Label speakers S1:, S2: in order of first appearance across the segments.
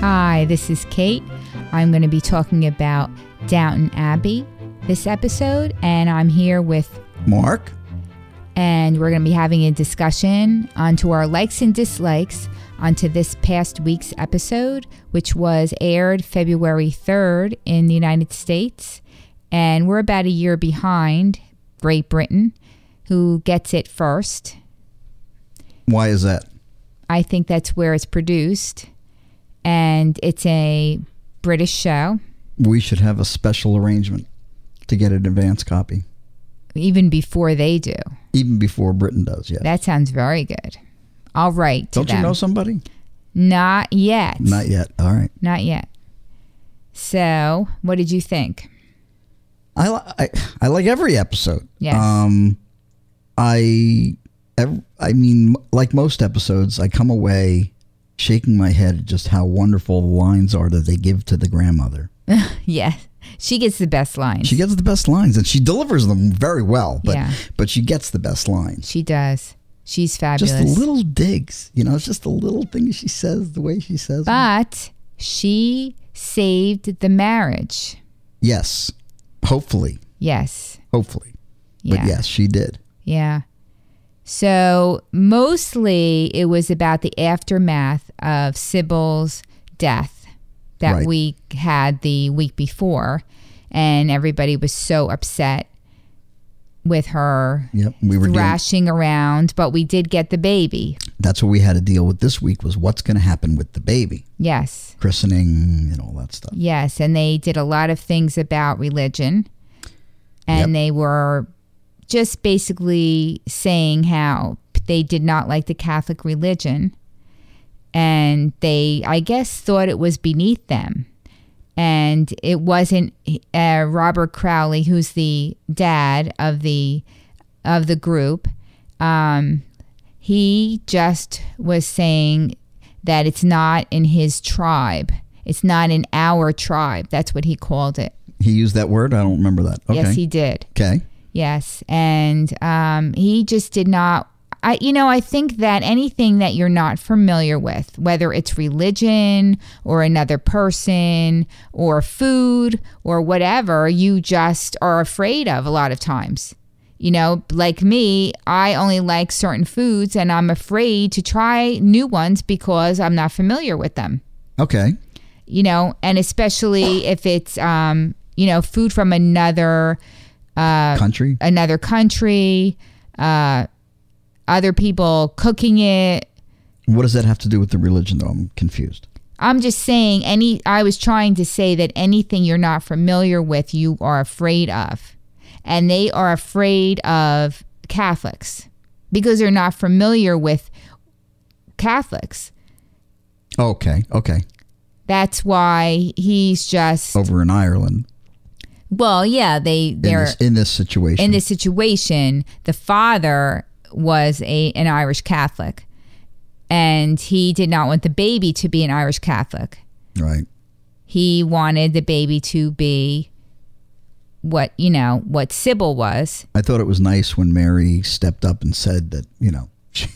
S1: Hi, this is Kate. I'm going to be talking about Downton Abbey this episode, and I'm here with,
S2: Mark?
S1: and we're going to be having a discussion onto our likes and dislikes onto this past week's episode, which was aired February 3rd in the United States, and we're about a year behind Great Britain, who gets it first.
S2: Why is that?
S1: I think that's where it's produced, and it's a British show.
S2: We should have a special arrangement to get an advance copy,
S1: even before they do.
S2: even before Britain does. Yeah.
S1: That sounds very good. All right.
S2: Don't you know somebody?
S1: Not yet.
S2: Not yet. All right.
S1: Not yet. So, what did you think?
S2: I li- I, I like every episode.
S1: Yes.
S2: Um, I ev- I mean, like most episodes, I come away shaking my head at just how wonderful the lines are that they give to the grandmother.
S1: Yes. She gets the best lines.
S2: She
S1: She,
S2: gets the best lines, and she delivers them very well. But
S1: Yeah.
S2: but she gets the best lines.
S1: does. She's fabulous.
S2: Just the little digs, you know. It's just the little things she says, the way she says. them.
S1: but she saved the marriage.
S2: Yes. Hopefully.
S1: Yes.
S2: Hopefully.
S1: Yeah.
S2: But yes, she did.
S1: Yeah. So mostly it was about the aftermath of Sybil's death that
S2: Right.
S1: we had the week before, and everybody was so upset with her
S2: Yep. We were dealing,
S1: thrashing around. But we did get the baby.
S2: that's what we had to deal with this week was what's going to happen with the baby,
S1: Yes,
S2: christening and all that stuff.
S1: yes, and they did a lot of things about religion, and
S2: Yep.
S1: they were just basically saying how they did not like the Catholic religion. and they i guess thought it was beneath them and it wasn't uh, robert crowley who's the dad of the of the group um, he just was saying that it's not in his tribe it's not in our tribe that's what he called it
S2: He used that word. I don't remember that. Okay.
S1: yes he did
S2: okay.
S1: Yes, and um, he just did not. I, you know, I think that anything that you're not familiar with, whether it's religion or another person or food or whatever, you just are afraid of a lot of times. You know, like me, I only like certain foods and I'm afraid to try new ones because I'm not familiar with them
S2: Okay.
S1: you know, and especially if it's um, you know, food from another uh
S2: Country.
S1: another country, uh other people cooking it.
S2: What does that have to do with the religion, though? I'm confused.
S1: I'm just saying any I was trying to say that anything you're not familiar with you are afraid of. And they are afraid of Catholics because they're not familiar with Catholics.
S2: Okay. Okay.
S1: That's why he's just
S2: Over in Ireland,
S1: well, yeah, they
S2: in
S1: they're
S2: this, in this situation.
S1: in this situation, the father was a an Irish Catholic, and he did not want the baby to be an Irish Catholic.
S2: right.
S1: He wanted the baby to be what you know what Sybil was.
S2: I thought it was nice when Mary stepped up and said that, you know, she,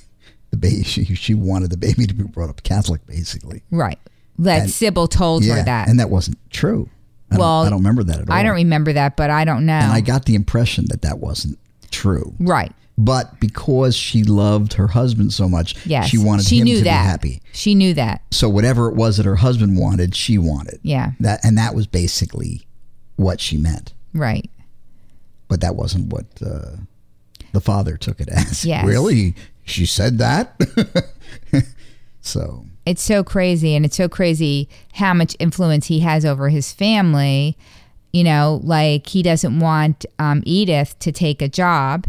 S2: the baby, she, she wanted the baby to be brought up Catholic, basically.
S1: Right. That Sybil told her that.
S2: And that wasn't true. I
S1: Well,
S2: don't, I don't remember that at all.
S1: I don't remember that, but I don't know.
S2: and I got the impression that that wasn't true.
S1: right.
S2: But because she loved her husband so much,
S1: Yes.
S2: she wanted him
S1: knew
S2: to
S1: that.
S2: be happy.
S1: She knew that.
S2: So whatever it was that her husband wanted, she wanted.
S1: Yeah.
S2: That and that was basically what she meant.
S1: Right.
S2: But that wasn't what uh, the father took it as.
S1: Yes.
S2: Really? She said that? so
S1: it's so crazy and it's so crazy how much influence he has over his family you know like he doesn't want um, edith to take a job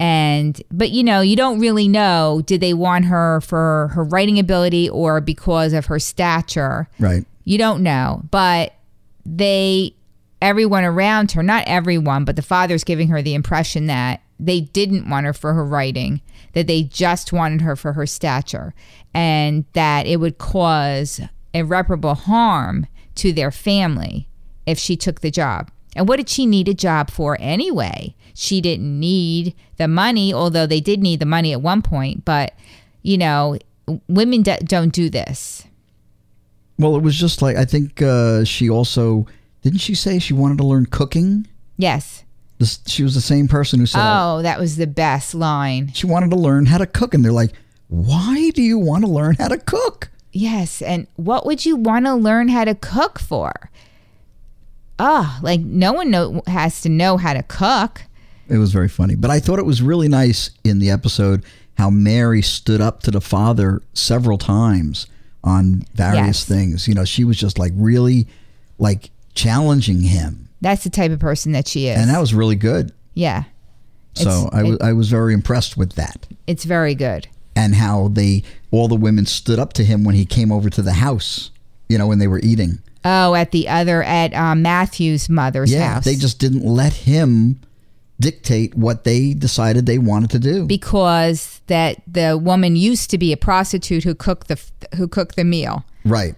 S1: and but you know you don't really know did they want her for her writing ability or because of her stature
S2: right.
S1: you don't know but they everyone around her not everyone but the father's giving her the impression that they didn't want her for her writing that they just wanted her for her stature and that it would cause irreparable harm to their family if she took the job and what did she need a job for anyway she didn't need the money although they did need the money at one point but you know w- women d- don't do this
S2: Well, it was just like I think uh, she also didn't she say she wanted to learn cooking.
S1: Yes.
S2: This, she was the same person who said
S1: oh, that was the best line.
S2: she wanted to learn how to cook, and they're like, "Why do you want to learn how to cook?"
S1: Yes. And what would you want to learn how to cook for? Ah, like no one know, has to know how to cook.
S2: It was very funny, but I thought it was really nice in the episode how Mary stood up to the father several times on various
S1: Yes.
S2: things. You know, she was just like really like challenging him,
S1: That's the type of person that she is.
S2: and that was really good.
S1: yeah.
S2: So
S1: It's-
S2: I was I was very impressed with that.
S1: It's very good.
S2: and how they all the women stood up to him when he came over to the house. You know, when they were eating.
S1: Oh, at the other, at um, Matthew's mother's
S2: Yeah,
S1: house.
S2: they just didn't let him dictate what they decided they wanted to do.
S1: because that the woman used to be a prostitute who cooked the who cooked the meal.
S2: right.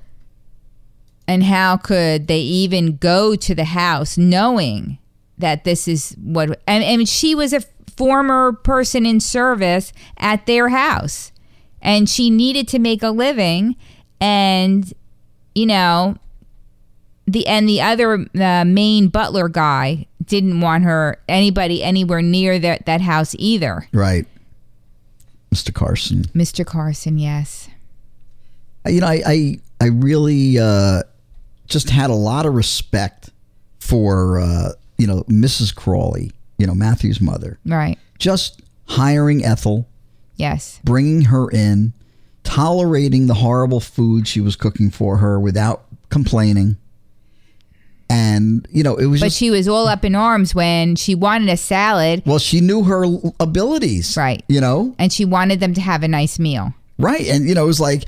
S1: And how could they even go to the house knowing that this is what? And, and she was a former person in service at their house, and she needed to make a living. And you know, the and the other uh, main butler guy didn't want her anybody anywhere near that that house either.
S2: Right. Mr. Carson.
S1: Mr. Carson, yes.
S2: You know, I I, I really uh, just had a lot of respect for uh, you know, Mrs. Crawley, you know, Matthew's mother.
S1: Right.
S2: Just hiring Ethel
S1: Yes.
S2: bringing her in, tolerating the horrible food she was cooking for her without complaining. And, you know, it was
S1: But
S2: just,
S1: she was all up in arms when she wanted a salad
S2: well, she knew her l- abilities.
S1: Right.
S2: You know,
S1: and she wanted them to have a nice meal.
S2: right. And, you know, it was like,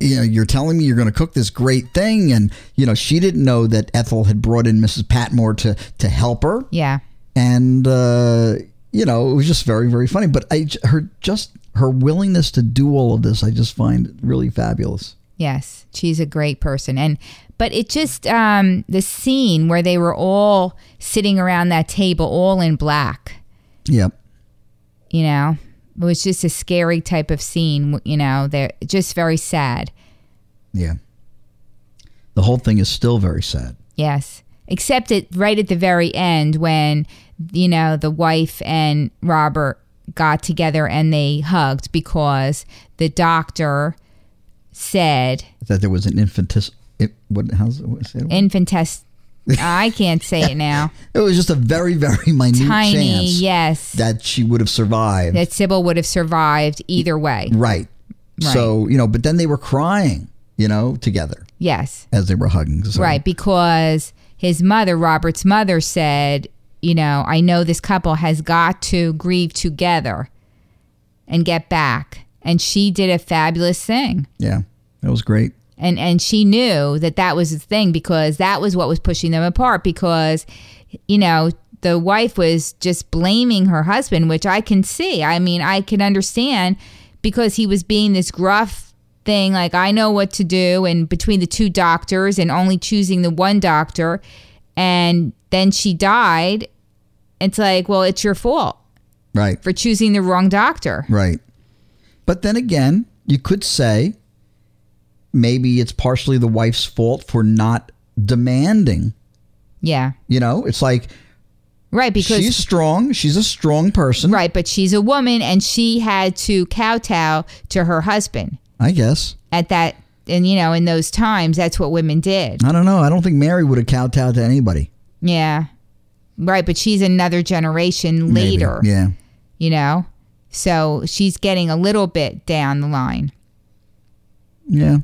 S2: you know, you're telling me you're going to cook this great thing. And, you know, she didn't know that Ethel had brought in Mrs. Patmore to, to help her.
S1: Yeah.
S2: And, uh, you know, it was just very, very funny. But I, j- her, just her willingness to do all of this, I just find really fabulous.
S1: Yes. She's a great person. And but it just um the scene where they were all sitting around that table all in black,
S2: Yep.
S1: you know. It was just a scary type of scene, you know. They're just very sad.
S2: Yeah. The whole thing is still very sad.
S1: Yes. Except it right at the very end when, you know, the wife and Robert got together and they hugged because the doctor said
S2: That there was an infantis. It, what, how's it, what's it?
S1: infant test. I can't say it now.
S2: It was just a very, very minute
S1: Tiny,
S2: chance
S1: yes.
S2: that she would have survived.
S1: that Sybil would have survived either way.
S2: right. So, you know, but then they were crying, you know, together
S1: Yes.
S2: as they were hugging. So,
S1: Right. Because his mother, Robert's mother, said, you know, I know this couple has got to grieve together and get back. And she did a fabulous thing.
S2: Yeah. That was great.
S1: and and she knew that that was the thing because that was what was pushing them apart because you know the wife was just blaming her husband which i can see i mean i can understand because he was being this gruff thing like i know what to do and between the two doctors and only choosing the one doctor and then she died it's like well it's your fault
S2: Right.
S1: for choosing the wrong doctor
S2: Right. But then again, you could say maybe it's partially the wife's fault for not demanding.
S1: yeah
S2: You know, it's like
S1: right because
S2: she's strong. She's a strong person.
S1: Right, but she's a woman and she had to kowtow to her husband
S2: I guess.
S1: at that and you know, in those times that's what women did.
S2: I don't know. I don't think Mary would have kowtowed to anybody.
S1: Yeah. Right, but she's another generation
S2: Maybe.
S1: later,
S2: Yeah.
S1: you know? So she's getting a little bit down the line.
S2: Yeah.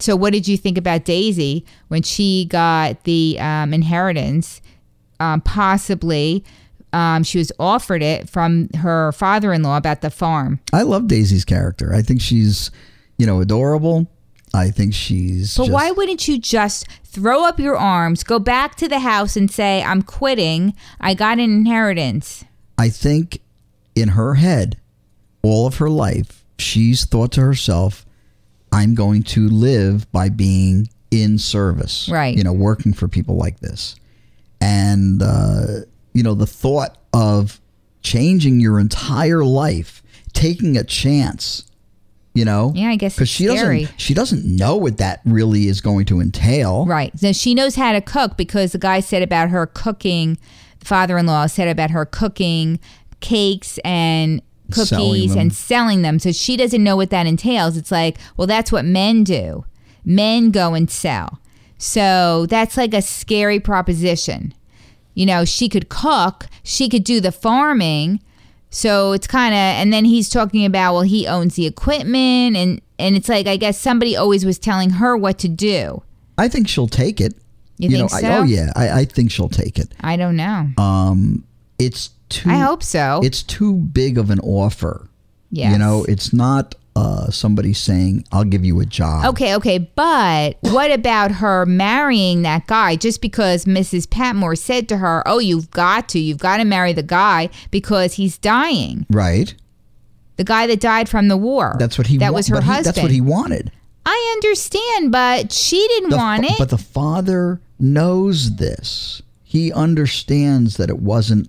S1: So what did you think about Daisy when she got the um, inheritance? Um, possibly um, she was offered it from her father-in-law about the farm.
S2: I love Daisy's character. I think she's, you know, adorable. I think she's.
S1: But
S2: just-
S1: why wouldn't you just throw up your arms, go back to the house, and say, I'm quitting. I got an inheritance.
S2: I think in her head, all of her life, she's thought to herself, I'm going to live by being in service.
S1: Right.
S2: You know, working for people like this. And, uh, you know, the thought of changing your entire life, taking a chance, you know?
S1: Yeah, I guess
S2: Because
S1: it's
S2: she
S1: scary.
S2: doesn't she doesn't know what that really is going to entail.
S1: Right. Now she knows how to cook because the guy said about her cooking, the father in law said about her cooking cakes and cookies
S2: Selling them.
S1: and selling them. So she doesn't know what that entails. It's like, well, that's what men do. Men go and sell. So that's like a scary proposition. You know, she could cook, she could do the farming. So it's kind of, and then he's talking about, well, he owns the equipment. And, and it's like, I guess somebody always was telling her what to do.
S2: I think she'll take it.
S1: You think
S2: I-
S1: so?
S2: oh yeah, I, I think she'll take it.
S1: I don't know.
S2: Um, it's too.
S1: I hope so.
S2: it's too big of an offer.
S1: Oh. yes.
S2: You know, it's not uh, somebody saying, "I'll give you a job."
S1: Okay, okay, but what about her marrying that guy just because Mrs. Patmore said to her, "Oh, you've got to, you've got to marry the guy because he's dying,
S2: Right.
S1: the guy that died from the war."
S2: That's what he.
S1: That
S2: wa-
S1: was her
S2: but he-
S1: husband.
S2: that's what he wanted.
S1: I understand, but she didn't
S2: The
S1: want
S2: fa-
S1: it.
S2: But the father knows this. He understands that it wasn't.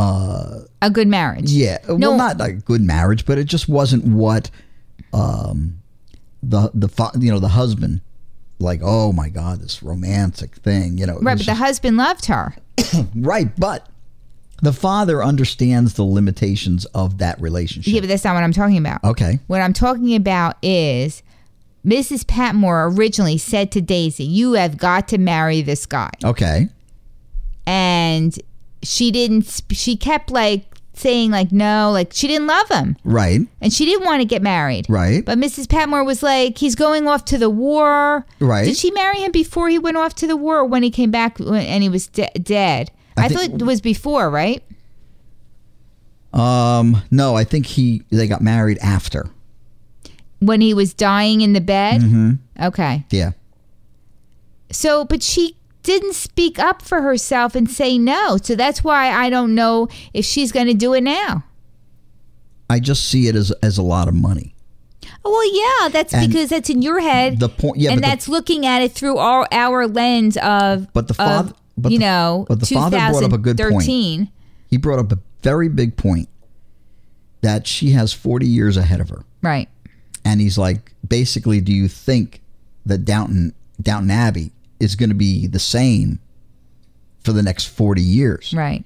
S1: a good marriage.
S2: Yeah.
S1: No.
S2: Well, not a good marriage, but it just wasn't what. Um, the the fa- you know the husband, like oh my god, this romantic thing you know it
S1: Right,
S2: was
S1: but the husband loved her.
S2: Right, but the father understands the limitations of that relationship.
S1: Yeah, but that's not what I'm talking about.
S2: okay.
S1: What I'm talking about is Mrs. Patmore originally said to Daisy, "You have got to marry this guy."
S2: Okay.
S1: and she didn't sp- she kept like saying like no like she didn't love him
S2: Right.
S1: and she didn't want to get married
S2: Right.
S1: but mrs patmore was like he's going off to the war
S2: Right.
S1: did she marry him before he went off to the war or when he came back when, and he was de- dead i,
S2: I
S1: thought
S2: think-
S1: it was before right
S2: Um no, I think he they got married after.
S1: when he was dying in the bed
S2: Mhm.
S1: okay
S2: Yeah.
S1: so but she didn't speak up for herself and say no so that's why i don't know if she's going to do it now
S2: I just see it as as a lot of money.
S1: well yeah that's
S2: And
S1: because that's in your head
S2: The point yeah,
S1: and
S2: but
S1: that's looking at it through our, our lens of,
S2: the, but the
S1: of
S2: father but
S1: you
S2: the-
S1: know,
S2: but the father brought up a good point.
S1: 2013.
S2: he brought up a very big point that she has 40 years ahead of her.
S1: Right.
S2: and he's like, basically, do you think that Downton Downton Abbey is going to be the same for the next forty years?
S1: Right.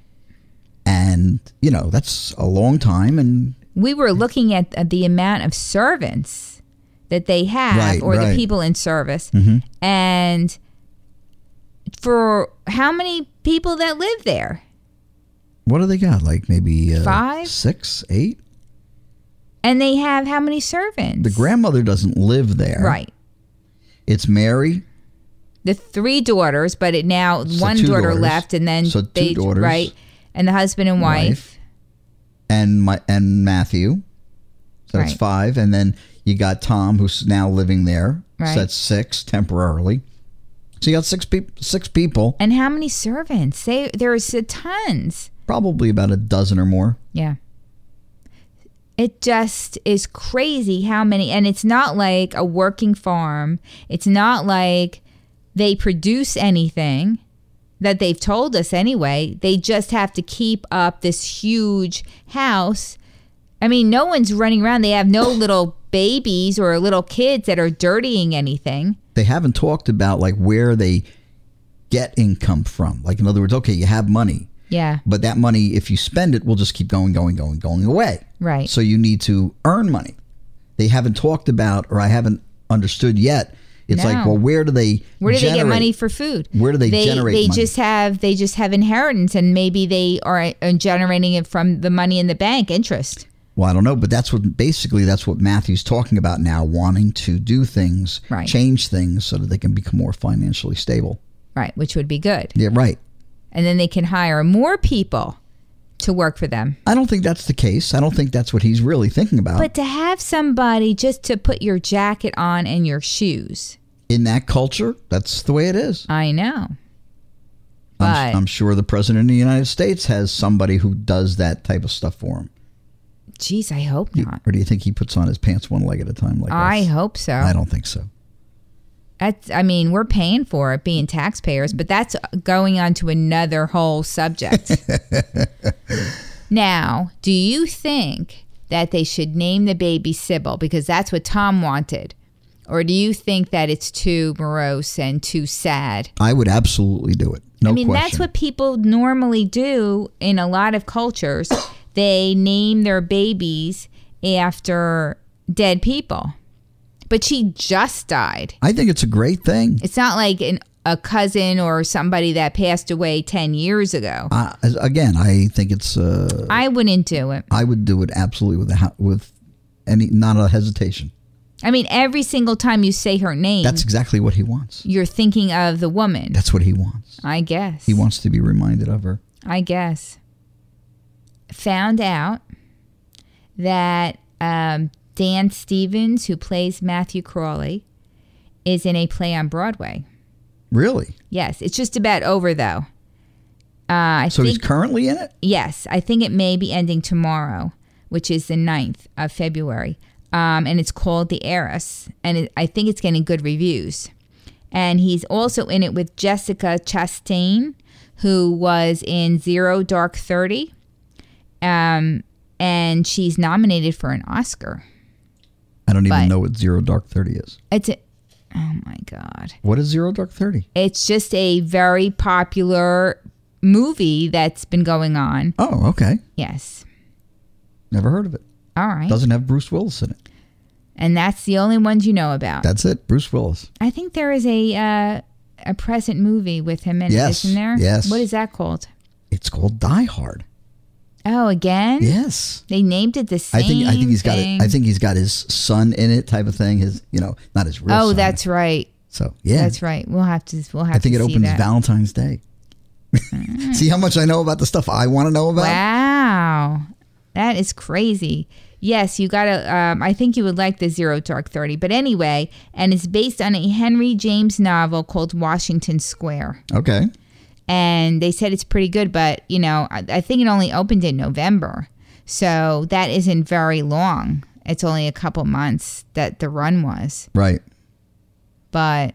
S2: And you know, that's a long time, and
S1: We were looking at th- the amount of servants that they have
S2: Right,
S1: or the
S2: right.
S1: people in service
S2: mm-hmm.
S1: and for how many people that live there.
S2: what do they got? Like maybe uh,
S1: Five?
S2: six, eight.
S1: And they have how many servants?
S2: The grandmother doesn't live there,
S1: Right.
S2: It's Mary.
S1: The three daughters, but it now
S2: So
S1: one
S2: two
S1: daughter
S2: daughters.
S1: left and then
S2: So two
S1: they
S2: daughters.
S1: right and the husband and wife.
S2: Wife. And my and Matthew, so that's
S1: Right.
S2: five. And then you got Tom, who's now living there,
S1: Right.
S2: so that's six temporarily. So you got six people, six people,
S1: And how many servants? They there's uh, tons.
S2: probably about a dozen or more.
S1: Yeah. It just is crazy how many and it's not like a working farm. It's not like they produce anything that they've told us anyway. They just have to keep up this huge house. I mean, no one's running around. They have no little babies or little kids that are dirtying anything.
S2: they haven't talked about like where they get income from. Like in other words, okay, you have money,
S1: Yeah,
S2: but that money, if you spend it, will just keep going, going, going, going away.
S1: right.
S2: So you need to earn money. They haven't talked about, or I haven't understood yet. It's like,
S1: No.
S2: well, where do they
S1: Where do they get
S2: generate-
S1: money for food?
S2: Where do they, generate
S1: they
S2: money?
S1: just have they just have inheritance and maybe they are uh, generating it from the money in the bank interest
S2: Well, I don't know, but that's what basically that's what Matthew's talking about now, wanting to do things,
S1: Right.
S2: change things, so that they can become more financially stable.
S1: right which would be good
S2: Yeah, right.
S1: and then they can hire more people to work for them
S2: I don't think that's the case. I don't think that's what he's really thinking about.
S1: but to have somebody just to put your jacket on and your shoes
S2: in that culture, that's the way it is.
S1: i know
S2: I'm,
S1: but
S2: I'm sure the president of the United States has somebody who does that type of stuff for him.
S1: geez i hope not
S2: Or do you think he puts on his pants one leg at a time like
S1: i
S2: us?
S1: hope so
S2: I don't think so.
S1: That's, I mean, we're paying for it being taxpayers, but that's going on to another whole subject. now, do you think that they should name the baby Sybil because that's what Tom wanted? Or do you think that it's too morose and too sad?
S2: I would absolutely do it. No
S1: I mean,
S2: question.
S1: that's what people normally do in a lot of cultures. they name their babies after dead people. But she just died.
S2: I think it's a great thing.
S1: It's not like an, a cousin or somebody that passed away 10 years ago.
S2: I, as- again, I think it's. Uh,
S1: I wouldn't do it.
S2: I would do it absolutely with a, with any not a hesitation.
S1: Mm-hmm. I mean, every single time you say her name,
S2: That's exactly what he wants.
S1: you're thinking of the woman.
S2: That's what he wants.
S1: I guess.
S2: He wants to be reminded of her.
S1: I guess. Found out that um, Dan Stevens, who plays Matthew Crawley, is in a play on Broadway.
S2: Really?
S1: Yes, it's just about over though. Uh, I
S2: So
S1: think
S2: he's currently in it.
S1: yes, I think it may be ending tomorrow, which is the 9th of February. Um, and it's called The Heiress. And it, I think it's getting good reviews. And he's also in it with Jessica Chastain, who was in Zero Dark 30. Um, and she's nominated for an Oscar.
S2: I don't even
S1: But-
S2: know what Zero Dark Thirty is.
S1: It's a, oh my God.
S2: What is Zero Dark Thirty?
S1: It's just a very popular movie that's been going on.
S2: Oh, okay.
S1: Yes.
S2: Never heard of it.
S1: All right.
S2: Doesn't have Bruce Willis in it.
S1: And that's the only ones you know about.
S2: That's it. Bruce Willis.
S1: I think there is a uh, a present movie with him in
S2: Yes,
S1: it, isn't there?
S2: yes.
S1: What is that called?
S2: It's called Die Hard.
S1: Oh, again?
S2: Yes.
S1: They named it the same.
S2: I think I think he's got
S1: thing.
S2: it. I think he's got his son in it, type of thing. His, you know, not his real.
S1: Oh,
S2: son.
S1: that's right.
S2: so. Yeah,
S1: That's right. We'll have to. We'll have.
S2: I think
S1: to
S2: it
S1: see
S2: opens
S1: that.
S2: Valentine's Day. See how much I know about the stuff I want to know about.
S1: Wow, that is crazy. Yes, you gotta. Um, I think you would like the Zero Dark Thirty, but anyway, and it's based on a Henry James novel called Washington Square,
S2: Okay,
S1: and they said it's pretty good, but you know, I, I think it only opened in November, so that isn't very long. It's only a couple months that the run was,
S2: right.
S1: but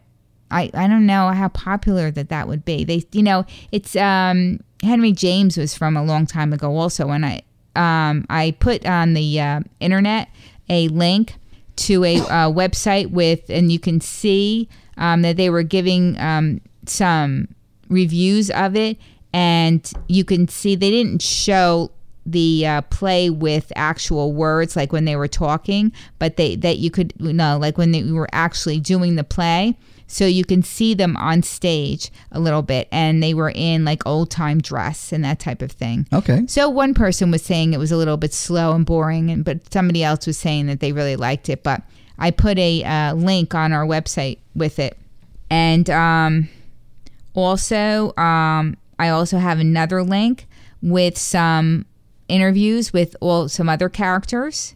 S1: I I don't know how popular that that would be. They you know it's um Henry James was from a long time ago also, and I um I put on the uh, internet a link to a uh, website with and you can see um, that they were giving um, some reviews of it and you can see they didn't show the uh, play with actual words like when they were talking but they that you could you know like when they were actually doing the play so you can see them on stage a little bit and they were in like old time dress and that type of thing
S2: Okay,
S1: so one person was saying it was a little bit slow and boring, and but somebody else was saying that they really liked it. But I put a uh, link on our website with it, and um, also um, I also have another link with some interviews with all some other characters,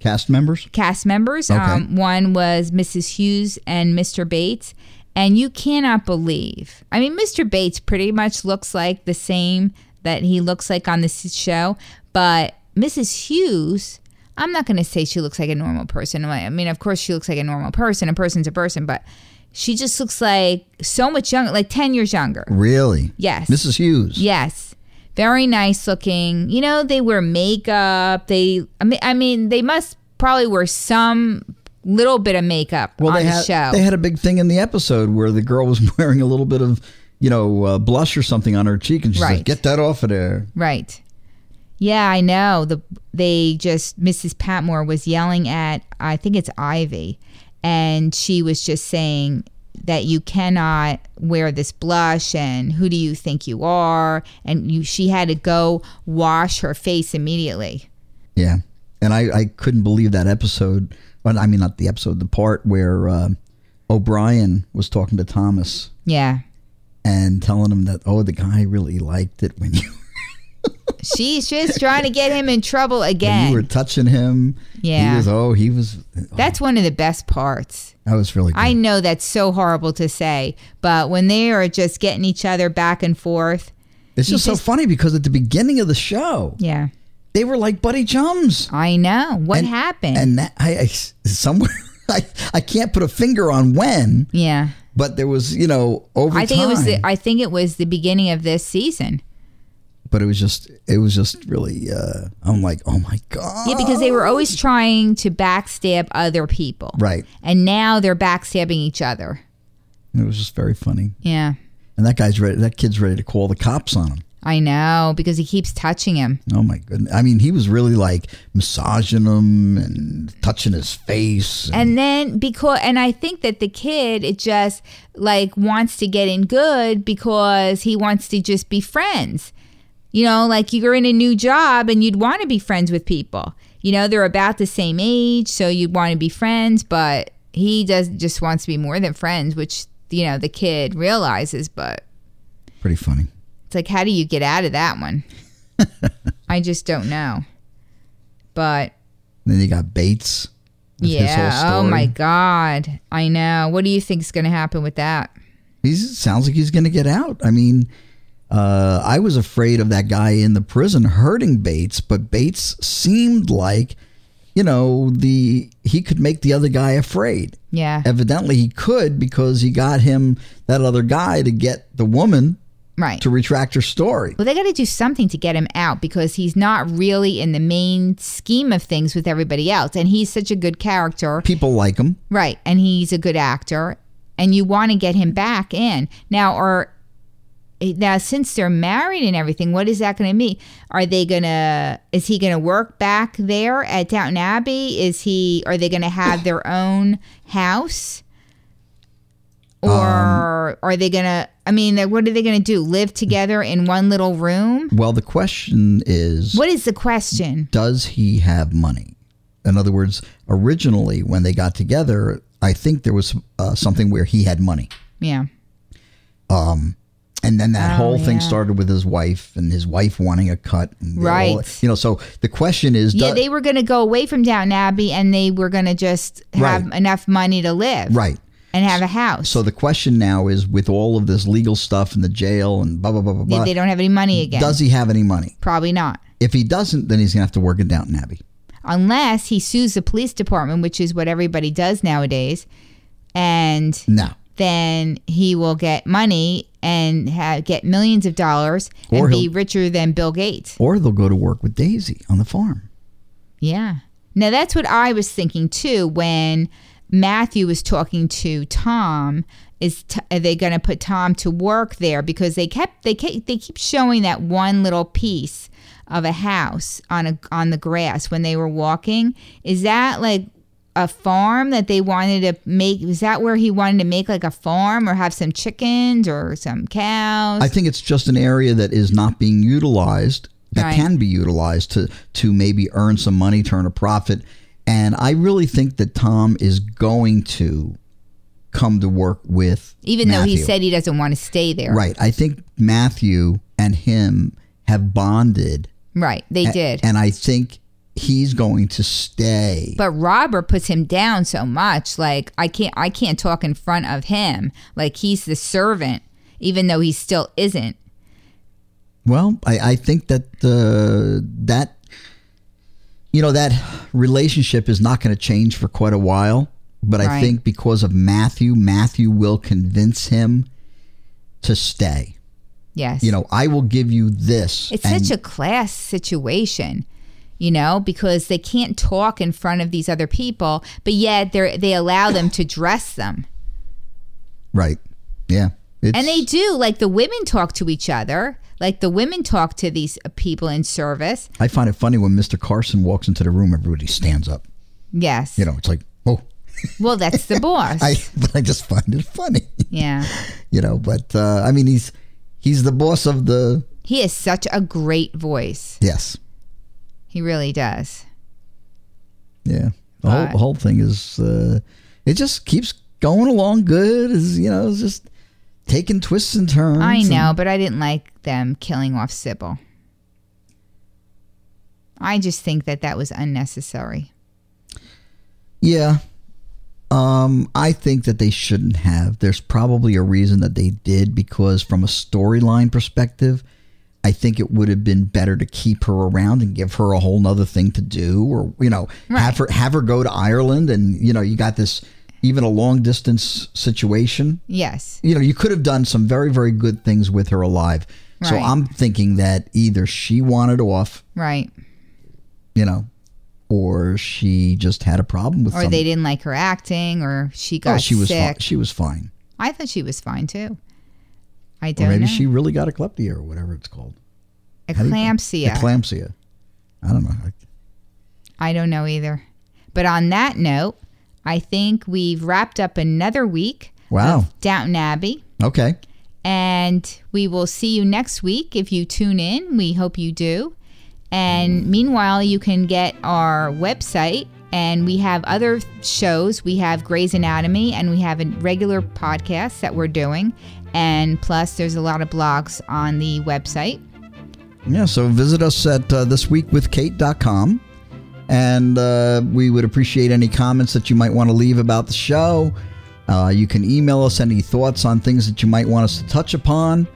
S2: cast members.
S1: cast members. Um, one was Mrs. Hughes and Mr. Bates. And you cannot believe. I mean, Mr. Bates pretty much looks like the same that he looks like on this show, but Mrs. Hughes, I'm not going to say she looks like a normal person. I mean, of course, she looks like a normal person. A person's a person, but she just looks like so much younger, like 10 years younger.
S2: Really,
S1: Yes.
S2: Mrs. Hughes.
S1: Yes. Very nice looking. You know, they wear makeup. They, I mean, I mean they must probably wear some little bit of makeup on
S2: they
S1: the
S2: had
S1: show.
S2: they had a big thing in the episode where the girl was wearing a little bit of you know uh, blush or something on her cheek, and she's
S1: Right.
S2: like, "Get that off of there."
S1: right. Yeah, I know. The they just Mrs. Patmore was yelling at I think it's Ivy, and she was just saying that you cannot wear this blush and who do you think you are and you she had to go wash her face immediately.
S2: Yeah, and I, I couldn't believe that episode. Well, I mean, not the episode, the part where uh, O'Brien was talking to Thomas
S1: Yeah.
S2: and telling him that, "Oh, the guy really liked it when you
S1: She's just trying to get him in trouble
S2: when
S1: again.
S2: you were touching him."
S1: Yeah.
S2: he was. Oh, he was.
S1: That's one of the best parts.
S2: That was really. Good.
S1: I know that's so horrible to say, but when they are just getting each other back and forth,
S2: it's
S1: you
S2: just so
S1: just-
S2: funny because at the beginning of the show,
S1: yeah,
S2: they were like buddy chums.
S1: I know what
S2: And-
S1: happened.
S2: and that I, I somewhere I, I can't put a finger on when,
S1: yeah,
S2: but there was you know over
S1: I think
S2: time.
S1: it was. The, I think it was the beginning of this season.
S2: but it was just it was just really uh, I'm like, oh my god.
S1: Yeah, because they were always trying to backstab other people.
S2: right.
S1: And now they're backstabbing each other.
S2: And It was just very funny.
S1: Yeah.
S2: And that guy's ready. That kid's ready to call the cops on him.
S1: I know because he keeps touching him.
S2: Oh my goodness! I mean, he was really like massaging him and touching his face. And,
S1: And then because and I think that the kid it just like wants to get in good because he wants to just be friends. You know, like you're in a new job and you'd want to be friends with people. You know, they're about the same age, so you'd want to be friends, but he does just wants to be more than friends, which you know, the kid realizes, but
S2: Pretty funny.
S1: it's like how do you get out of that one? I just don't know. But
S2: then you got Bates. with his
S1: yeah.
S2: whole
S1: Oh
S2: story.
S1: my God. I know. What do you think's going to happen with that?
S2: He sounds like he's going to get out. I mean, uh, I was afraid of that guy in the prison hurting Bates, but Bates seemed like, you know, the he could make the other guy afraid.
S1: Yeah.
S2: Evidently, he could because he got him that other guy to get the woman
S1: Right.
S2: to retract her story.
S1: Well, they got to do something to get him out because he's not really in the main scheme of things with everybody else. And he's such a good character.
S2: People like him.
S1: Right. And he's a good actor. And you want to get him back in. Now, or now since they're married and everything, what is that going to mean? Are they going to, is he going to work back there at Downton Abbey? Is he, are they going to have their own house? Or are they going to, I mean, like, what are they going to do? Live together in one little room?
S2: Well, the question is,
S1: What is the question?
S2: does he have money? In other words, originally when they got together, I think there was uh, something where he had money.
S1: Yeah.
S2: And then that
S1: Oh,
S2: whole thing
S1: yeah.
S2: started with his wife and his wife wanting a cut. And all-
S1: Right.
S2: you know, so the question is,
S1: Yeah,
S2: do-
S1: they were going to go away from Downton Abbey and they were going to just have
S2: Right.
S1: enough money to live
S2: right.
S1: and have a house.
S2: So the question now is with all of this legal stuff and the jail and blah, blah, blah, blah,
S1: They-
S2: blah,
S1: they don't have any money again.
S2: Mm, does he have any money?
S1: Probably not.
S2: If he doesn't, then he's going to have to work in Downton Abbey.
S1: Unless he sues the police department, which is what everybody does nowadays, and
S2: No.
S1: then he will get money and ha get millions of dollars
S2: Or
S1: and be
S2: he'll-
S1: richer than Bill Gates.
S2: Or they'll go to work with Daisy on the farm.
S1: Yeah. Now that's what I was thinking too when Matthew was talking to Tom. Is t- are they going to put Tom to work there because they kept they keep, they keep showing that one little piece of a house on a on the grass when they were walking? Is that like a farm that they wanted to make? Is that where he wanted to make like a farm or have some chickens or some cows?
S2: I think it's just an area that is not being utilized that
S1: Right.
S2: can be utilized to to maybe earn some money, turn a profit. And I really think that Tom is going to come to work with
S1: Even though he
S2: Matthew.
S1: said he doesn't want to stay there,
S2: right. I think Matthew and him have bonded.
S1: Right, They did.
S2: And I think he's going to stay.
S1: but Robert puts him down so much. Like I can't, I can't talk in front of him. Like he's the servant, even though he still isn't.
S2: Well, I, I think that uh, that you know that relationship is not going to change for quite a while. But I
S1: Right.
S2: think because of Matthew, Matthew will convince him to stay.
S1: Yes,
S2: You know, I will give you this.
S1: it's such a class situation, you know, because they can't talk in front of these other people, but yet they they allow them to dress them,
S2: right, yeah. It's,
S1: and they do. Like the women talk to each other. Like the women talk to these people in service.
S2: I find it funny when Mister Carson walks into the room, everybody stands up.
S1: Yes.
S2: You know, it's like, oh,
S1: Well, that's the boss.
S2: I. But I just find it funny.
S1: yeah.
S2: You know, but uh, I mean, he's he's the boss of the
S1: He has such a great voice.
S2: yes.
S1: He really does.
S2: Yeah. The whole,
S1: But-
S2: the whole thing is, uh, it just keeps going along good. Is you know, it's just taking twists and turns.
S1: I
S2: and-
S1: know, but I didn't like them killing off Sybil. I just think that that was unnecessary.
S2: yeah. Um, I think that they shouldn't have. There's probably a reason that they did because, from a storyline perspective, I think it would have been better to keep her around and give her a whole nother thing to do, or you know, have her have her go to Ireland, and you know, you got this even a long distance situation.
S1: Yes.
S2: you know, you could have done some very, very good things with her alive. So
S1: Right.
S2: I'm thinking that either she wanted off,
S1: Right.
S2: you know, or she just had a problem with
S1: Or
S2: some-
S1: they didn't like her acting or she
S2: Oh,
S1: got
S2: she was
S1: sick.
S2: fine. she was fine.
S1: I thought she was fine too. I
S2: Or
S1: don't
S2: maybe
S1: know.
S2: she really got eclepsia or whatever it's called. do you-
S1: Eclampsia.
S2: Eclampsia. I don't know. I-
S1: I don't know either. But on that note, I think we've wrapped up another week
S2: Wow.
S1: of Downton Abbey.
S2: Okay.
S1: And we will see you next week if you tune in. We hope you do. And meanwhile, you can get our website, and we have other shows. We have Grey's Anatomy, and we have a regular podcast that we're doing. And plus, there's a lot of blogs on the website.
S2: Yeah, so visit us at uh, thisweekwithkate.com. And uh, we would appreciate any comments that you might want to leave about the show. Uh, you can email us any thoughts on things that you might want us to touch upon.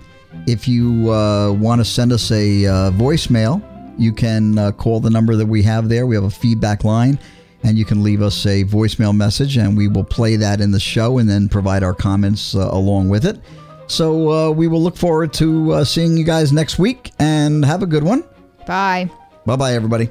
S2: If you uh, want to send us a uh, voicemail, you can uh, call the number that we have there. We have a feedback line, and you can leave us a voicemail message, and we will play that in the show and then provide our comments uh, along with it. So uh, we will look forward to uh, seeing you guys next week, and have a good one.
S1: Bye.
S2: Bye bye, everybody.